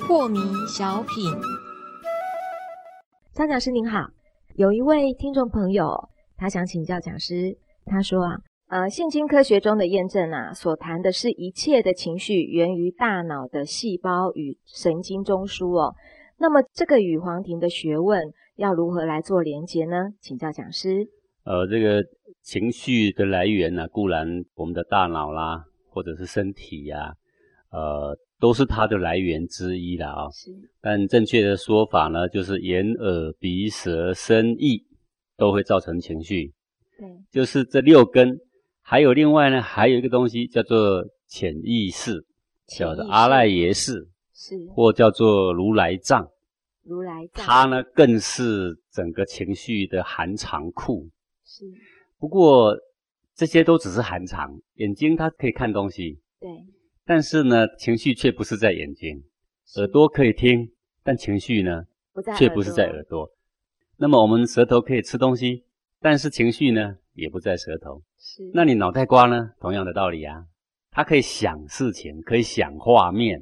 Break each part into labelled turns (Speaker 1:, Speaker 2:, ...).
Speaker 1: 破迷小品，张讲师您好，有一位听众朋友，他想请教讲师，他说啊，呃，现今科学中的验证啊，所谈的是一切的情绪源于大脑的细胞与神经中枢哦。那么，这个与黄庭的学问要如何来做连接呢？请教讲师。
Speaker 2: 呃，这个情绪的来源呢、固然我们的大脑啦，或者是身体呀、呃，都是它的来源之一啦啊、
Speaker 1: 是，
Speaker 2: 但正确的说法呢，就是眼、耳、鼻、舌、身、意都会造成情绪，
Speaker 1: 对，
Speaker 2: 就是这六根。还有另外呢，还有一个东西叫做潜意识，叫做阿赖耶识，
Speaker 1: 是
Speaker 2: 或叫做如来藏。
Speaker 1: 如来藏，
Speaker 2: 它呢，更是整个情绪的含藏库。
Speaker 1: 是
Speaker 2: 不过这些都只是含藏，眼睛它可以看东西，
Speaker 1: 对，
Speaker 2: 但是呢，情绪却不是在眼睛；
Speaker 1: 是
Speaker 2: 耳朵可以听，但情绪呢，
Speaker 1: 不在，
Speaker 2: 却不是在耳，朵。那么我们舌头可以吃东西，但是情绪呢，也不在舌头。
Speaker 1: 是
Speaker 2: 那你脑袋瓜呢，同样的道理啊，它可以想事情，可以想画面，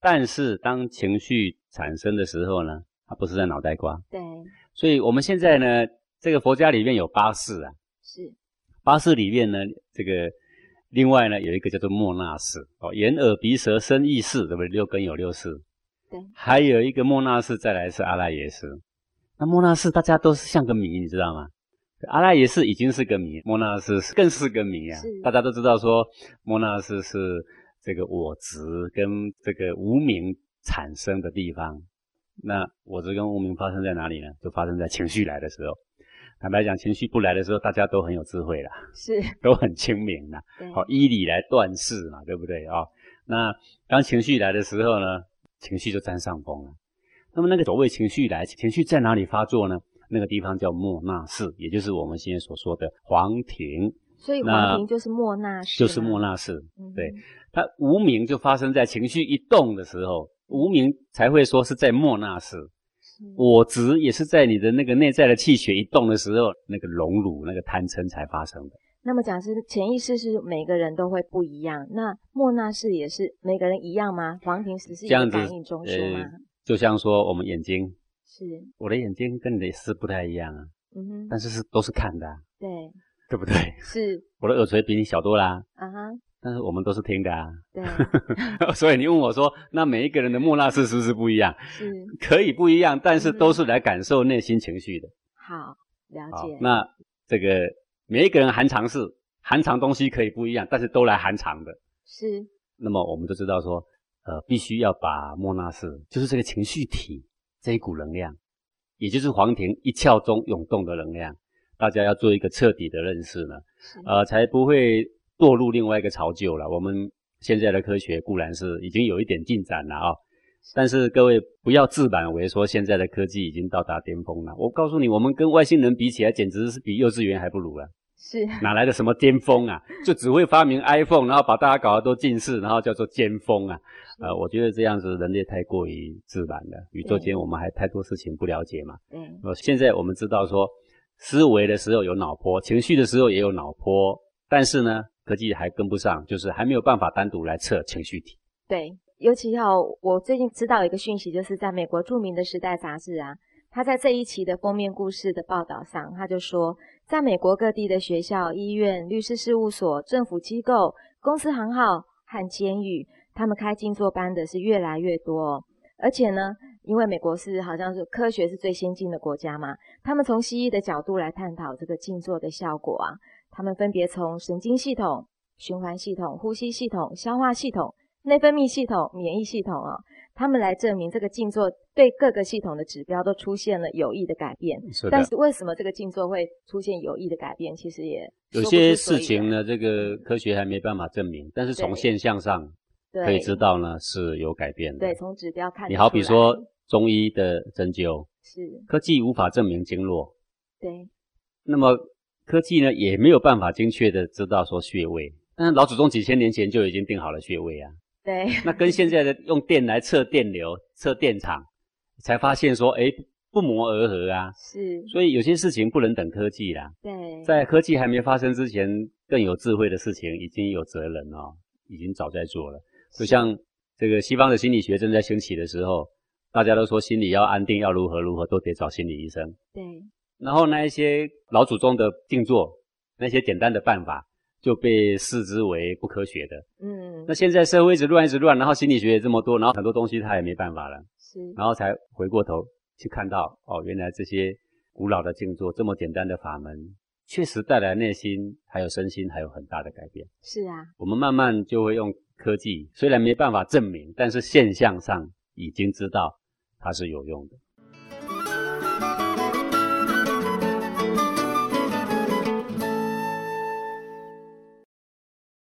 Speaker 2: 但是当情绪产生的时候呢，它不是在脑袋瓜。
Speaker 1: 对
Speaker 2: 所以我们现在呢，这个佛家里面有八识啊，
Speaker 1: 是
Speaker 2: 八识里面呢，这个另外呢有一个叫做莫那识哦，眼耳鼻舌身意识，对不对？六根有六识，
Speaker 1: 对
Speaker 2: 还有一个莫那识，再来是阿赖耶识。那莫那识大家都是像个谜，你知道吗？阿赖耶识已经是个谜，莫那识是更是个谜啊
Speaker 1: 是！
Speaker 2: 大家都知道说，莫那识是这个我执跟这个无名产生的地方。那我执跟无名发生在哪里呢？就发生在情绪来的时候。坦白讲，情绪不来的时候，大家都很有智慧啦，
Speaker 1: 是，
Speaker 2: 都很清明啦。啊
Speaker 1: 对
Speaker 2: 好、依理来断事嘛，对不对啊、那当情绪来的时候呢，情绪就占上风了。那么那个所谓情绪来，情绪在哪里发作呢？那个地方叫莫那寺，也就是我们现在所说的黄庭，
Speaker 1: 所以
Speaker 2: 那
Speaker 1: 黄庭就是莫那识，
Speaker 2: 就是莫，那寺。
Speaker 1: 嗯哼
Speaker 2: 对，它无名就发生在情绪一动的时候，无名才会说是在莫那寺。
Speaker 1: 是
Speaker 2: 我执也是在你的那个内在的气血一动的时候，那个荣辱、那个贪嗔才发生的。
Speaker 1: 那么讲是潜意识是每个人都会不一样，那莫那识也是每个人一样吗？黄庭只是一
Speaker 2: 这样
Speaker 1: 个
Speaker 2: 子呃
Speaker 1: 感应中枢吗？
Speaker 2: 就像说我们眼睛，
Speaker 1: 是，
Speaker 2: 我的眼睛跟你的是不太一样啊，
Speaker 1: 嗯哼
Speaker 2: 但，是是都是看的、啊，
Speaker 1: 对，
Speaker 2: 对不对？
Speaker 1: 是
Speaker 2: 我的耳垂比你小多啦，
Speaker 1: 啊哈，
Speaker 2: 但是我们都是听的啊。
Speaker 1: 对，
Speaker 2: 所以你问我说，那每一个人的莫那式是不是不一样？
Speaker 1: 是
Speaker 2: 可以不一样，但是都是来感受内心情绪的。
Speaker 1: 好了
Speaker 2: 好
Speaker 1: 解，，
Speaker 2: 那这个每一个人含藏式，含藏东西可以不一样，但是都来含藏的。
Speaker 1: 是
Speaker 2: 那么我们就知道说，呃，必须要把莫那式，就是这个情绪体这一股能量，也就是黄庭一窍中涌动的能量，大家要做一个彻底的认识呢，
Speaker 1: 是
Speaker 2: 呃，才不会堕入另外一个潮臼了。我们现在的科学固然是已经有一点进展了啊、但是各位不要自满为说现在的科技已经到达巅峰了。我告诉你，我们跟外星人比起来，简直是比幼稚园还不如啊了。
Speaker 1: 是
Speaker 2: 哪来的什么巅峰啊？就只会发明 iPhone，然后把大家搞得都近视，然后叫做尖峰啊。呃，我觉得这样子人类太过于自满了。宇宙间我们还太多事情不了解嘛。
Speaker 1: 对，
Speaker 2: 呃，现在我们知道说，思维的时候有脑波，情绪的时候也有脑波，但是呢，科技还跟不上，就是还没有办法单独来测情绪体。
Speaker 1: 对，尤其要我最近知道一个讯息，就是在美国著名的《时代》杂志啊，他在这一期的封面故事的报道上，他就说，在美国各地的学校、医院、律师事务所、政府机构、公司行号和监狱，他们开静坐班的是越来越多哦、而且呢，因为美国是好像是科学是最先进的国家嘛，他们从西医的角度来探讨这个静坐的效果啊，他们分别从神经系统、循环系统、呼吸系统、消化系统。内分泌系统、免疫系统啊、他们来证明这个静坐对各个系统的指标都出现了有益的改变。
Speaker 2: 是
Speaker 1: 但是为什么这个静坐会出现有益的改变？其实也
Speaker 2: 有
Speaker 1: 说不
Speaker 2: 些
Speaker 1: 出所
Speaker 2: 事
Speaker 1: 以
Speaker 2: 情
Speaker 1: 然，
Speaker 2: 呢，这个科学还没办法证明，但是从
Speaker 1: 对
Speaker 2: 现象上
Speaker 1: 对
Speaker 2: 可以知道呢是有改变的。
Speaker 1: 对，从指标看得出来。
Speaker 2: 你好比说中医的针灸，
Speaker 1: 是，
Speaker 2: 科技无法证明经络，
Speaker 1: 对，
Speaker 2: 那么科技呢也没有办法精确的知道说穴位。但是老祖宗几千年前就已经定好了穴位啊，
Speaker 1: 对，
Speaker 2: 那跟现在的用电来测电流、测电场，才发现说，哎，不谋而合啊。
Speaker 1: 是，
Speaker 2: 所以有些事情不能等科技啦，
Speaker 1: 对，
Speaker 2: 在科技还没发生之前，更有智慧的事情已经有责任哦，已经早在做了。就像这个西方的心理学正在兴起的时候，大家都说心理要安定，要如何如何，都得找心理医生。
Speaker 1: 对，
Speaker 2: 然后那一些老祖宗的静坐，那些简单的办法就被视之为不科学的。
Speaker 1: 嗯
Speaker 2: 那，现在社会一直乱一直乱，然后心理学也这么多，然后很多东西他也没办法了，
Speaker 1: 是，
Speaker 2: 然后才回过头去看到哦，原来这些古老的静坐这么简单的法门，确实带来内心还有身心还有很大的改变。
Speaker 1: 是啊，
Speaker 2: 我们慢慢就会用科技，虽然没办法证明，但是现象上已经知道它是有用的。